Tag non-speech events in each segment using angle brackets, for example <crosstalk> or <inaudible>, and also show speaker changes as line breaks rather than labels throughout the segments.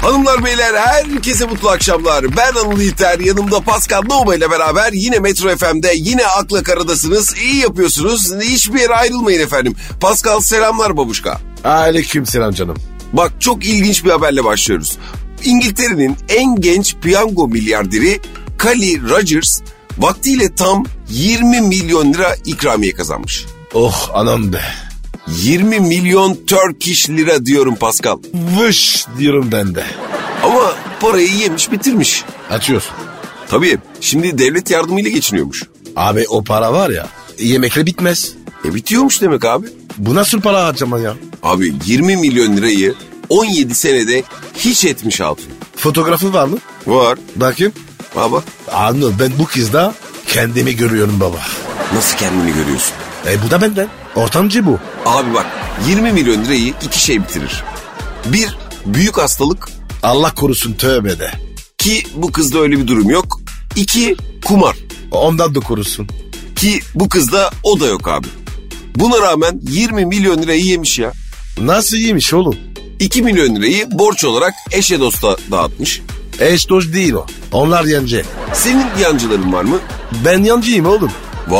Hanımlar beyler herkese mutlu akşamlar. Ben Anıl İlter yanımda Pascal Nova ile beraber yine Metro FM'de yine akla karadasınız. İyi yapıyorsunuz. Hiçbir yere ayrılmayın efendim. Pascal selamlar babuşka.
Aleyküm selam canım.
Bak çok ilginç bir haberle başlıyoruz. İngiltere'nin en genç piyango milyarderi Kali Rogers vaktiyle tam 20 milyon lira ikramiye kazanmış.
Oh anam be.
20 milyon Turkish lira diyorum Pascal.
Vış diyorum ben de.
Ama parayı yemiş bitirmiş.
Açıyorsun.
Tabii şimdi devlet yardımıyla geçiniyormuş.
Abi o para var ya yemekle bitmez.
E bitiyormuş demek abi.
Bu nasıl para harcaman ya?
Abi 20 milyon lirayı 17 senede hiç etmiş altın.
Fotoğrafı var mı?
Var.
Bakayım.
Baba
Anıl ben bu kızda kendimi görüyorum baba.
nasıl kendini görüyorsun?
E bu da benden. Ortamcı bu.
Abi bak 20 milyon lirayı iki şey bitirir. Bir büyük hastalık
Allah korusun tövbe de.
ki bu kızda öyle bir durum yok. İki kumar
Ondan da korusun.
ki bu kızda o da yok abi. Buna rağmen 20 milyon lirayı yemiş ya.
Nasıl iyiymiş oğlum?
2 milyon lirayı borç olarak eşe dosta dağıtmış.
Eş dost değil o. Onlar yancı.
Senin yancıların var mı?
Ben yancıyım oğlum.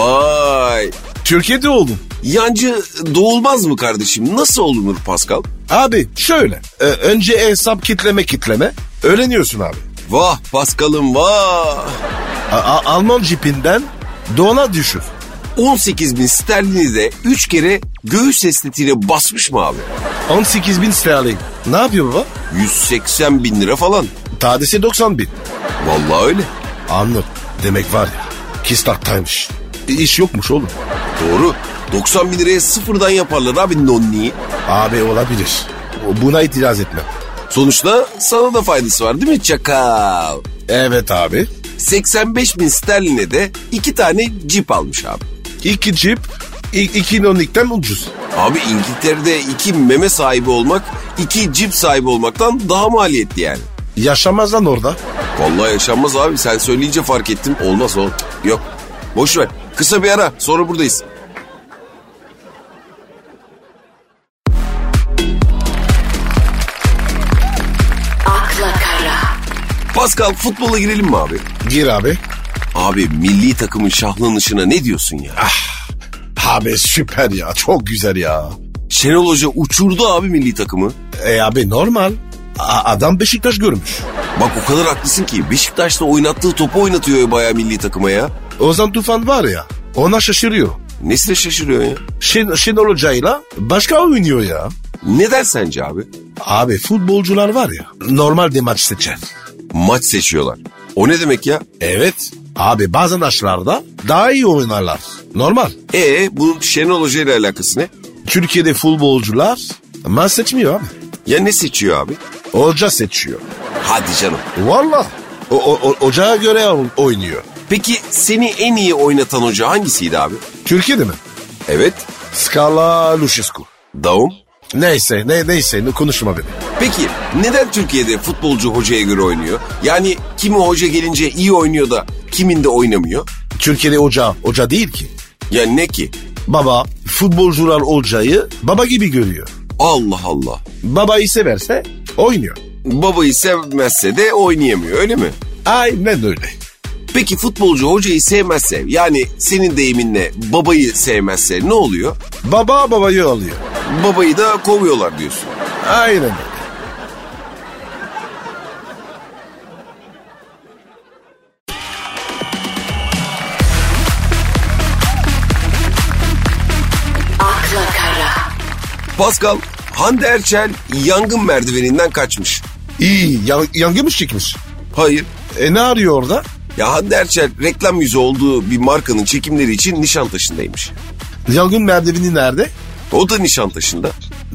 Vay!
Türkiye'de oldum.
Yancı doğulmaz mı kardeşim? Nasıl olunur Pascal?
Abi şöyle. e, önce hesap kitleme kitleme. Öğreniyorsun abi.
Vah Pascal'ım vah!
A- A- Alman cipinden doğana düşür.
18 bin sterlini de 3 kere göğüs esnetiyle basmış mı abi?
18 bin sterlin. Ne yapıyor baba?
180 bin lira falan.
Tadesi 90 bin.
Vallahi öyle.
Anladım. Demek var ya. Kistaktaymış. E, İş yokmuş oğlum.
Doğru. 90 bin liraya sıfırdan yaparlar abi nonniyi.
Abi olabilir. Buna itiraz etmem.
Sonuçta sana da faydası var değil mi çakal?
Evet abi.
85 bin sterline de iki tane cip almış abi.
İki cip, i- iki nonikten ucuz.
Abi İngiltere'de iki meme sahibi olmak, iki cip sahibi olmaktan daha maliyetli yani.
Yaşamaz lan orada.
Vallahi yaşanmaz abi sen söyleyince fark ettim. Olmaz o. Yok. Boş ver. Kısa bir ara sonra buradayız.
akla kara,
Pascal futbola girelim mi abi?
Gir abi.
Abi milli takımın şahlanışına ne diyorsun ya?
Abi süper ya. Çok güzel ya.
Şenol Hoca uçurdu abi milli takımı.
E abi normal. A- adam Beşiktaş görmüş.
Bak o kadar haklısın ki Beşiktaş'ta oynattığı topu oynatıyor bayağı milli takıma ya.
Ozan Tufan var ya. Ona şaşırıyor.
Nesine şaşırıyor ya?
Şen, Şenol Hoca'yla başka oynuyor ya.
Neden sence abi?
Abi futbolcular var ya normalde maç seçer.
Maç seçiyorlar. O ne demek ya?
Evet. Abi bazı maçlarda daha iyi oynarlar. Normal.
E bunun Şenol Hoca ile alakası ne?
Türkiye'de futbolcular maç seçmiyor abi.
Ya ne seçiyor abi?
Hoca seçiyor.
Hadi canım.
Valla. O, o, o- hocaya göre o- oynuyor.
Peki seni en iyi oynatan hoca hangisiydi abi?
Türkiye'de mi?
Evet.
Scala Luchescu.
Daum.
Neyse ne neyse ne konuşma beni.
Peki neden Türkiye'de futbolcu hocaya göre oynuyor? Yani kimi hoca gelince iyi oynuyor da kimin de oynamıyor?
Türkiye'de hoca hoca değil ki.
Yani ne ki?
Baba futbolcular hocayı baba gibi görüyor.
Allah Allah.
Babayı severse oynuyor.
Babayı sevmezse de oynayamıyor öyle mi?
Aynen öyle.
Peki futbolcu hocayı sevmezse yani senin deyiminle babayı sevmezse ne oluyor?
Baba babayı alıyor.
Babayı da kovuyorlar diyorsun.
Aynen öyle.
akla kara,
Pascal Hande Erçel yangın merdiveninden kaçmış.
İyi ya- yangın mı çekmiş?
Hayır.
E ne arıyor orada?
Ya Hande Erçel reklam yüzü olduğu bir markanın çekimleri için Nişantaşı'ndaymış.
Yangın merdiveni nerede?
O da Nişantaşı'nda.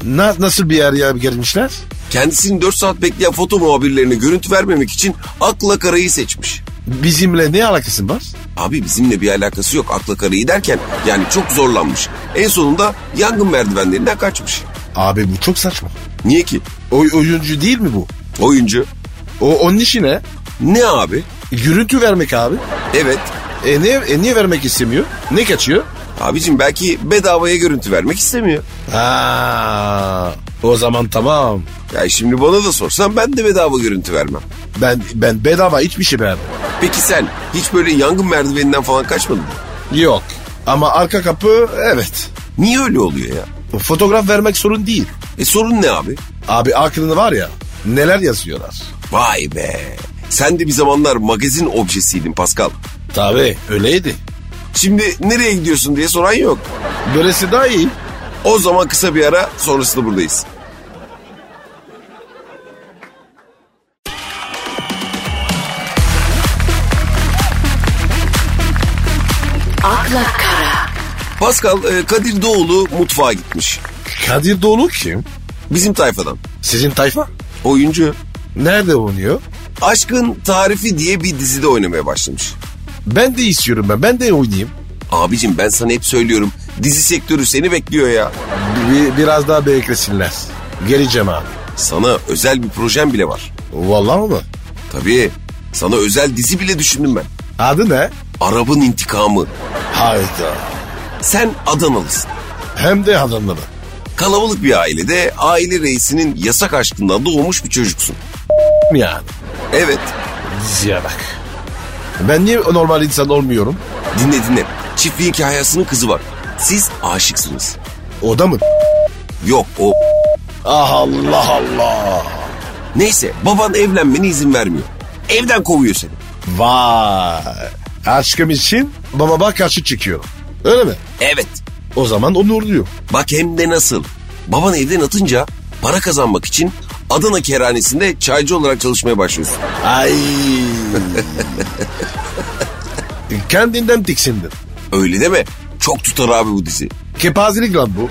Na- nasıl bir yer ya gelmişler?
Kendisini 4 saat bekleyen foto muhabirlerine görüntü vermemek için akla karayı seçmiş.
Bizimle ne alakası var?
Abi bizimle bir alakası yok akla karayı derken yani çok zorlanmış. En sonunda yangın merdivenlerinden kaçmış.
Abi bu çok saçma.
Niye ki?
Oy- oyuncu değil mi bu?
Oyuncu.
O onun işi ne?
Ne abi?
Gürültü vermek abi.
Evet.
E niye, e niye vermek istemiyor? Ne kaçıyor?
Abicim belki bedavaya görüntü vermek istemiyor.
Aa, o zaman tamam.
Ya şimdi bana da sorsan ben de bedava görüntü vermem.
Ben ben bedava hiçbir şey beğenmem.
Peki sen hiç böyle yangın merdiveninden falan kaçmadın mı?
Yok. Ama arka kapı evet.
Niye öyle oluyor ya?
Fotoğraf vermek sorun değil.
E sorun ne abi?
Abi aklını var ya neler yazıyorlar.
Vay be. Sen de bir zamanlar magazin objesiydin Pascal.
Tabii öyleydi.
Şimdi nereye gidiyorsun diye soran yok.
Böylesi daha iyi.
O zaman kısa bir ara sonrasında buradayız.
akla kara,
Pascal e, Kadir Doğulu mutfağa gitmiş.
Kadir Doğulu kim?
Bizim tayfadan.
Sizin tayfa?
Oyuncu.
Nerede oynuyor?
Aşkın Tarifi diye bir dizide oynamaya başlamış.
Ben de istiyorum ben. Ben de oynayayım.
Abicim ben sana hep söylüyorum. Dizi sektörü seni bekliyor ya.
Bir- biraz daha beklesinler. Geleceğim abi.
Sana özel bir projem bile var.
Vallahi mı?
Tabii. Sana özel dizi bile düşündüm ben.
Adı ne?
Arap'ın intikamı.
Hayda.
Sen Adanalısın.
Hem de adamları.
Kalabalık bir ailede aile reisinin yasak aşkından doğmuş bir çocuksun.
Yani.
Evet.
Diziye bak. Ben niye normal insan olmuyorum?
Dinle dinle. Çiftliğin kahyasının kızı var. Siz aşıksınız.
O da mı?
Yok o...
Ah Allah Allah.
Neyse baban evlenmene izin vermiyor. Evden kovuyor seni.
Vay. Aşkım için babama karşı çıkıyorum. Öyle mi?
Evet.
O zaman onurluyum.
Bak hem de nasıl. Baban evden atınca para kazanmak için Adana kerhanesinde çaycı olarak çalışmaya başlıyorsun.
Ay. <laughs> Kendinden tiksindim.
Öyle deme. Çok tutar abi bu dizi.
Kepazelik lan bu.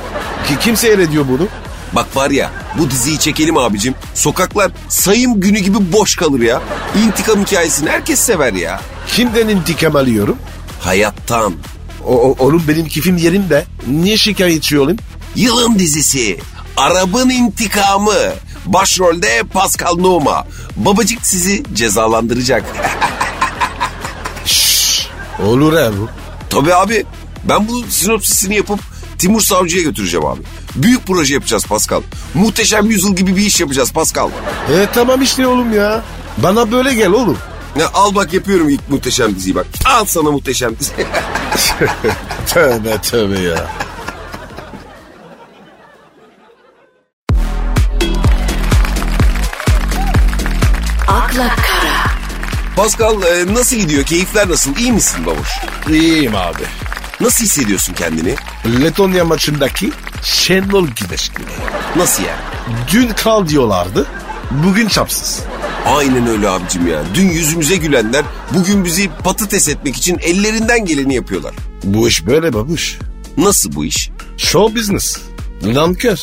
Ki kimse ediyor bunu.
Bak var ya bu diziyi çekelim abicim. Sokaklar sayım günü gibi boş kalır ya. İntikam hikayesini herkes sever ya.
Kimden intikam alıyorum?
Hayattan.
O, o- oğlum benim kifim yerinde. Niye şikayetçi olayım?
Yılın dizisi. Arabın intikamı. Başrolde Pascal Numa. Babacık sizi cezalandıracak. <laughs>
Şşş. Olur ya bu.
Tabii abi ben bu sinopsisini yapıp Timur Savcı'ya götüreceğim abi. Büyük proje yapacağız Pascal. Muhteşem yüzyıl gibi bir iş yapacağız Pascal.
E tamam işte oğlum ya. Bana böyle gel oğlum.
Ya, al bak yapıyorum ilk muhteşem diziyi bak. Al sana muhteşem dizi.
<laughs>
<laughs>
Tövbe tövbe ya.
akla kara,
Pascal e, nasıl gidiyor? Keyifler nasıl? İyi misin babuş?
İyiyim abi.
Nasıl hissediyorsun kendini?
Letonya maçındaki Şenol Güneş gibi.
Nasıl yani?
Dün kal diyorlardı. Bugün çapsız.
Aynen öyle abicim ya. Dün yüzümüze gülenler bugün bizi patates etmek için ellerinden geleni yapıyorlar.
Bu iş böyle babuş.
Nasıl bu iş?
Show business. Nankör.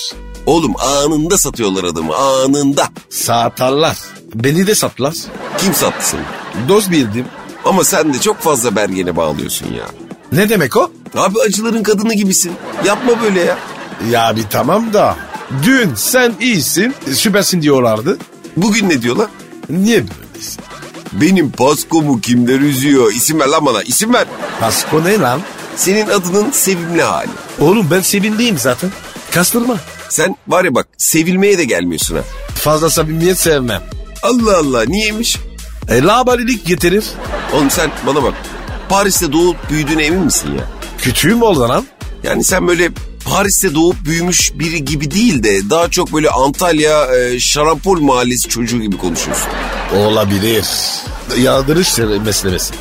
Oğlum anında satıyorlar adamı anında.
Satarlar. Beni de satlar.
Kim sattı seni?
Doz bildim.
Ama sen de çok fazla bergene bağlıyorsun ya.
Ne demek o?
Abi acıların kadını gibisin. Yapma böyle ya.
Ya bir tamam da. Dün sen iyisin, e, süpersin diyorlardı.
Bugün ne diyorlar?
Niye böylesin?
Benim paskomu kimler üzüyor? İsim ver lan bana isim ver.
Pasko ne lan?
Senin adının sevimli hali.
Oğlum ben sevindiyim zaten. Kastırma.
Sen var ya bak sevilmeye de gelmiyorsun ha.
Fazla samimiyet sevmem.
Allah Allah niyemiş?
E, labalilik getirir.
Oğlum sen bana bak. Paris'te doğup büyüdüğüne emin misin ya?
Küçüğüm oldu lan.
Yani sen böyle Paris'te doğup büyümüş biri gibi değil de daha çok böyle Antalya e, Şarampol mahallesi çocuğu gibi konuşuyorsun.
Olabilir. Yardırış meselesi.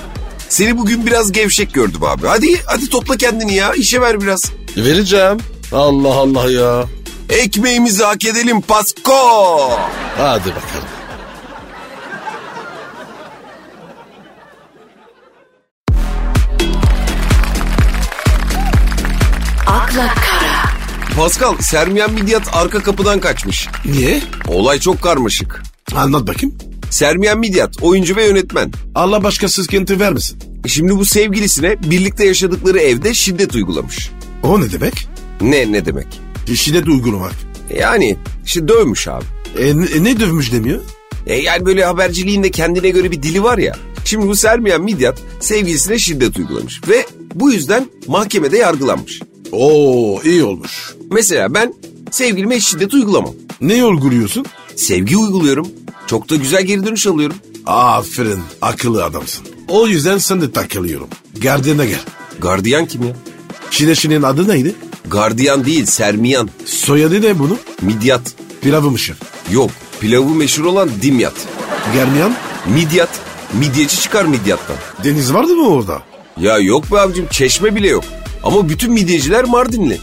Seni bugün biraz gevşek gördüm abi. Hadi hadi topla kendini ya işe ver biraz.
Vereceğim. Allah Allah ya.
Ekmeğimizi hak edelim Pasko.
Hadi bakalım.
akla kara,
Pascal Sermiyen Midyat arka kapıdan kaçmış.
Niye?
Olay çok karmaşık.
Anlat bakayım.
Sermiyen Midyat oyuncu ve yönetmen.
Allah başka sıkıntı vermesin.
E Şimdi bu sevgilisine birlikte yaşadıkları evde şiddet uygulamış.
O ne demek?
Ne ne demek? E
Şiddet uygulamak.
Yani işte dövmüş abi.
E, ne, ne dövmüş demiyor?
E yani böyle haberciliğin de kendine göre bir dili var ya. Şimdi bu Sermiyen Midyat sevgilisine şiddet uygulamış ve Bu yüzden mahkemede yargılanmış.
Oo iyi olmuş.
Mesela ben sevgilime hiç şiddet uygulamam.
Ne uyguluyorsun?
Sevgi uyguluyorum. Çok da güzel geri dönüş alıyorum.
Aferin akıllı adamsın. O yüzden sen de takılıyorum. Gardiyana gel.
Gardiyan kim ya?
Şineşinin adı neydi?
Gardiyan değil, sermiyan,
Soyadı ne bunun?
midyat.
Pilavımışım.
Yok, pilavı meşhur olan dimyat.
Germiyan?
Midyat, midyeci çıkar midyattan.
Deniz vardı mı orada?
Ya yok be abicim, çeşme bile yok. Ama bütün midyeciler Mardinli.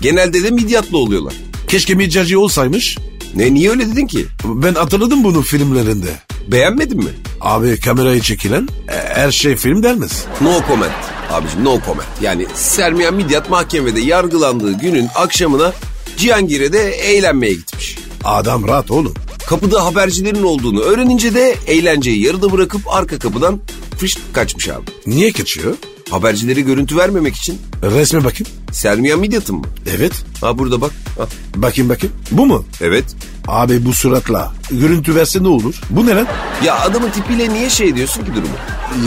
Genelde de midyatlı oluyorlar.
Keşke midyacı olsaymış.
Ne, niye öyle dedin ki?
Ben hatırladım bunu filmlerinde.
Beğenmedin mi?
Abi kamerayı çekilen e, her şey film denmez.
No comment. Abicim no comment. Yani Sermiyan Midyat mahkemede yargılandığı günün akşamına Cihangir'e eğlenmeye gitmiş.
Adam rahat oğlum.
Kapıda habercilerin olduğunu öğrenince de eğlenceyi yarıda bırakıp arka kapıdan fışt kaçmış abi.
Niye kaçıyor?
Habercilere görüntü vermemek için
Resme bakayım.
Sermiyan Midyat'ın mı?
Evet.
Ha burada bak. Ha,
Bakayım bakayım. Bu mu?
evet.
Abi bu suratla. Görüntü verse ne olur? Bu ne lan?
Ya adamın tipiyle niye şey diyorsun ki durumu?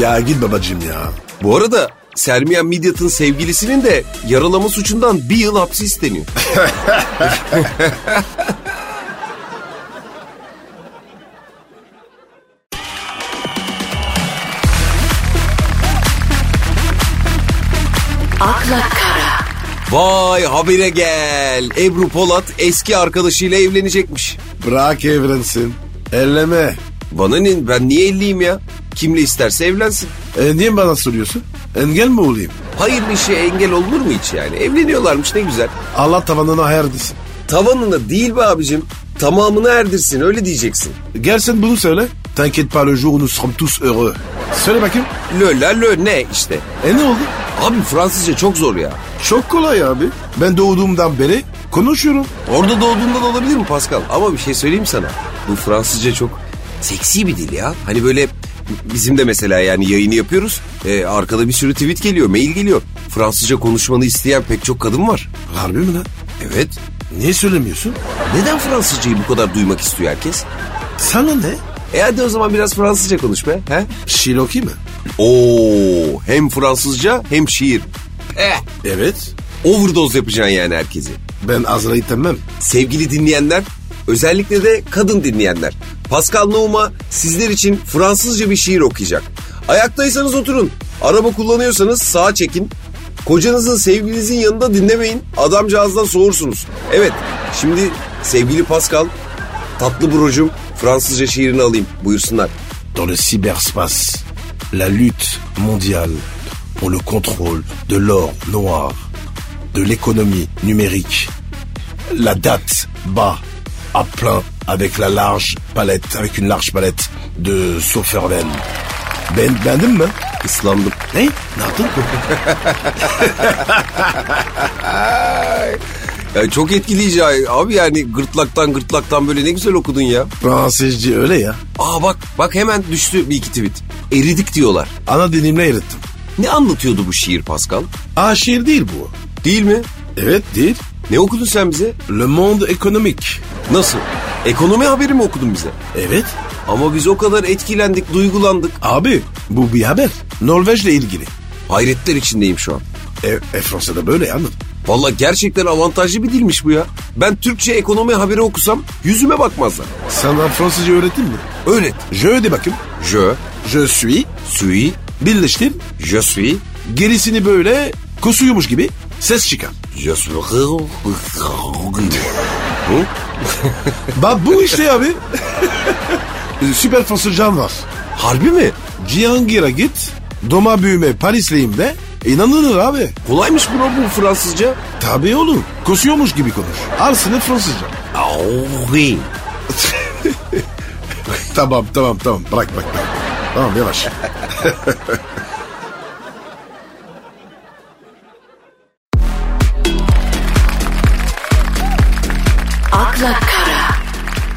Ya git babacığım ya.
Bu arada Sermiyan Midyat'ın sevgilisinin de yaralama suçundan bir yıl hapsi isteniyor.
akla kara,
Vay habire gel. Ebru Polat eski arkadaşıyla evlenecekmiş.
Bırak evlensin. Elleme.
Bana ne ben niye elliyim ya? Kimle isterse evlensin.
E, niye bana soruyorsun? Engel mi olayım?
Hayırlı işe engel olur mu hiç yani? Evleniyorlarmış ne güzel.
Allah tavanına hayır desin.
Tavanına değil be abicim. Tamamını erdirsin öyle diyeceksin.
Gel sen bunu söyle. T'inquiète pas le jour où nous serons tous heureux. Söyle bakayım.
Lö la lö ne işte.
E ne oldu?
Abi Fransızca çok zor ya.
Çok kolay abi. Ben doğduğumdan beri konuşuyorum.
Orada doğduğundan olabilir mi Pascal? Ama bir şey söyleyeyim sana. Bu Fransızca çok seksi bir dil ya. Hani böyle bizim de mesela yani yayını yapıyoruz. Ee, arkada bir sürü tweet geliyor, mail geliyor. Fransızca konuşmanı isteyen pek çok kadın var.
Harbi mi lan?
Evet.
Niye söylemiyorsun?
Neden Fransızcayı bu kadar duymak istiyor herkes?
Sana ne?
E hadi o zaman biraz Fransızca konuş be. He?
Şiloki mi?
Oo, hem Fransızca hem şiir. Eh,
Evet.
overdose yapacaksın yani herkesi.
Ben Azra'yı tanımam.
Sevgili dinleyenler, özellikle de kadın dinleyenler. Pascal Nouma sizler için Fransızca bir şiir okuyacak. Ayaktaysanız oturun, araba kullanıyorsanız sağa çekin. Kocanızın sevgilinizin yanında dinlemeyin, adamcağızdan soğursunuz. Evet, şimdi sevgili Pascal, tatlı brocum Fransızca şiirini alayım, buyursunlar.
Dans le cyberspace, la lutte mondiale pour le contrôle de l'or noir, de l'économie numérique. La date bat à plein avec la large palette, avec une large palette de Soferven. Ben, beğendin mi?
Islandım.
Ne? Ne yaptın?
Ya çok etkileyici ay- abi yani gırtlaktan gırtlaktan böyle ne güzel okudun ya.
Fransızca öyle ya.
Aa bak bak hemen düştü bir iki tweet. Eridik diyorlar.
Ana dilimle erittim.
Ne anlatıyordu bu şiir Pascal?
Aa şiir değil bu.
Değil mi?
Evet değil.
Ne okudun sen bize?
Le monde économique. Eh
Nasıl? Ekonomi haberi mi okudun bize?
Evet.
Ama biz o kadar etkilendik, duygulandık.
Abi ah bu bir haber. Norveç'le ilgili.
Hayretler içindeyim şu an.
E, e Fransa'da böyle yalnız.
Valla gerçekten avantajlı bir dilmiş bu ya. Ben Türkçe ekonomi haberi okusam yüzüme bakmazlar.
Sana Fransızca öğrettin mi?
Öyle.
Je de bakayım.
Je
Je suis.
suis,
Birleştir.
je suis,
Gerisini böyle kusuyormuş gibi ses çıkar.
je suis. Hı?
Bak bu işte <laughs> abi. Süper Fransızcan var.
Harbi mi?
Cihangir'e git. Doma büyüme Parisliyim de. İnanılır abi.
Kolaymış bro bu Fransızca.
Tabii oğlum. Kusuyormuş gibi konuş. Al sınıf Fransızca.
Ah Aoui.
Tamam tamam tamam. Bırak bırak bırak. Tamam yavaş.
akla kara,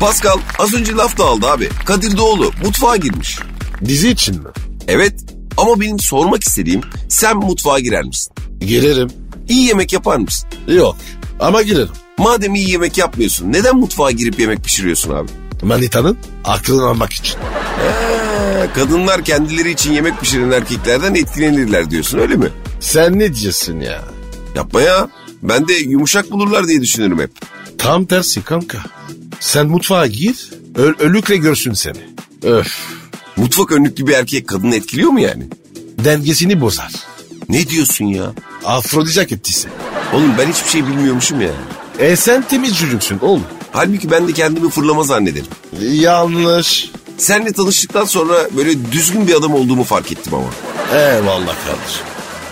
Pascal az önce laf da aldı abi. Kadir Doğulu mutfağa girmiş.
Dizi için mi?
Evet ama benim sormak istediğim sen mutfağa girer misin?
Girerim.
İyi yemek yapar mısın?
Yok. Ama girerim.
Madem iyi yemek yapmıyorsun neden mutfağa girip yemek pişiriyorsun abi?
Manitanın aklını almak için.
Ee, kadınlar kendileri için yemek pişiren erkeklerden etkilenirler diyorsun öyle mi?
Sen ne diyorsun ya?
Yapma ya. Ben de yumuşak bulurlar diye düşünürüm hep.
Tam tersi kanka. Sen mutfağa gir, ö- ölükle görsün seni. Öf,
Mutfak önlüklü bir erkek kadını etkiliyor mu yani?
dengesini bozar.
Ne diyorsun ya?
Afrodizyak etkisi.
Oğlum ben hiçbir şey bilmiyormuşum ya.
E sen temiz çocuksun oğlum.
Halbuki ben de kendimi fırlama zannederim.
Yanlış.
Seninle tanıştıktan sonra böyle düzgün bir adam olduğumu fark ettim ama.
Eyvallah kardeşim.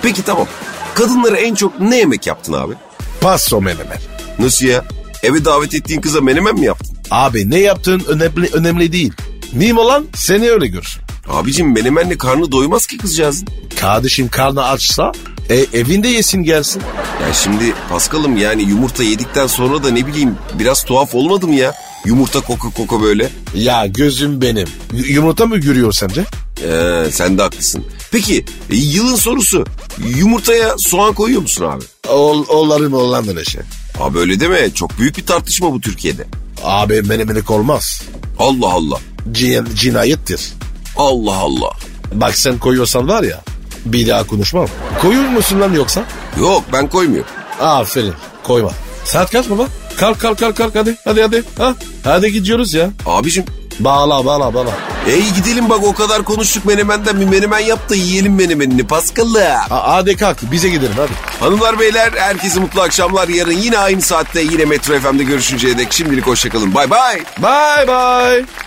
Peki tamam. Kadınlara en çok ne yemek yaptın abi?
Pas o menemen.
Nasıl ya? Eve davet ettiğin kıza menemen mi yaptın?
Abi ne yaptığın önemli, önemli değil. Mim olan seni öyle görsün.
Abicim menemenle karnı doymaz ki kızcağızın.
Kardeşim karnı açsa e, evinde yesin gelsin.
Ya şimdi Paskal'ım yani yumurta yedikten sonra da ne bileyim biraz tuhaf olmadı mı ya? Yumurta koku koku böyle.
Ya gözüm benim. Y- yumurta mı görüyor sence?
Ee, sen de haklısın. Peki e, yılın sorusu yumurtaya soğan koyuyor musun abi?
Ol, oğulların oğlanlar eşi.
Abi öyle deme çok büyük bir tartışma bu Türkiye'de.
Abi menemenik olmaz.
Allah Allah.
Cin- cinayettir.
Allah Allah.
Bak sen koyuyorsan var ya bir daha konuşmam. Koyuyor musun lan yoksa?
Yok ben koymuyorum.
Aferin koyma. Saat kaç baba? Kalk kalk kalk kalk hadi hadi hadi. Ha? Hadi gidiyoruz ya.
Abicim
Bağla bağla bağla.
ey gidelim bak o kadar konuştuk menemenden bir menemen yap da yiyelim menemenini Paskal'ım.
Ha, hadi kalk bize gidelim hadi.
Hanımlar beyler herkese mutlu akşamlar. Yarın yine aynı saatte yine Metro FM'de görüşünceye dek şimdilik hoşçakalın. Bay bay.
Bye bye.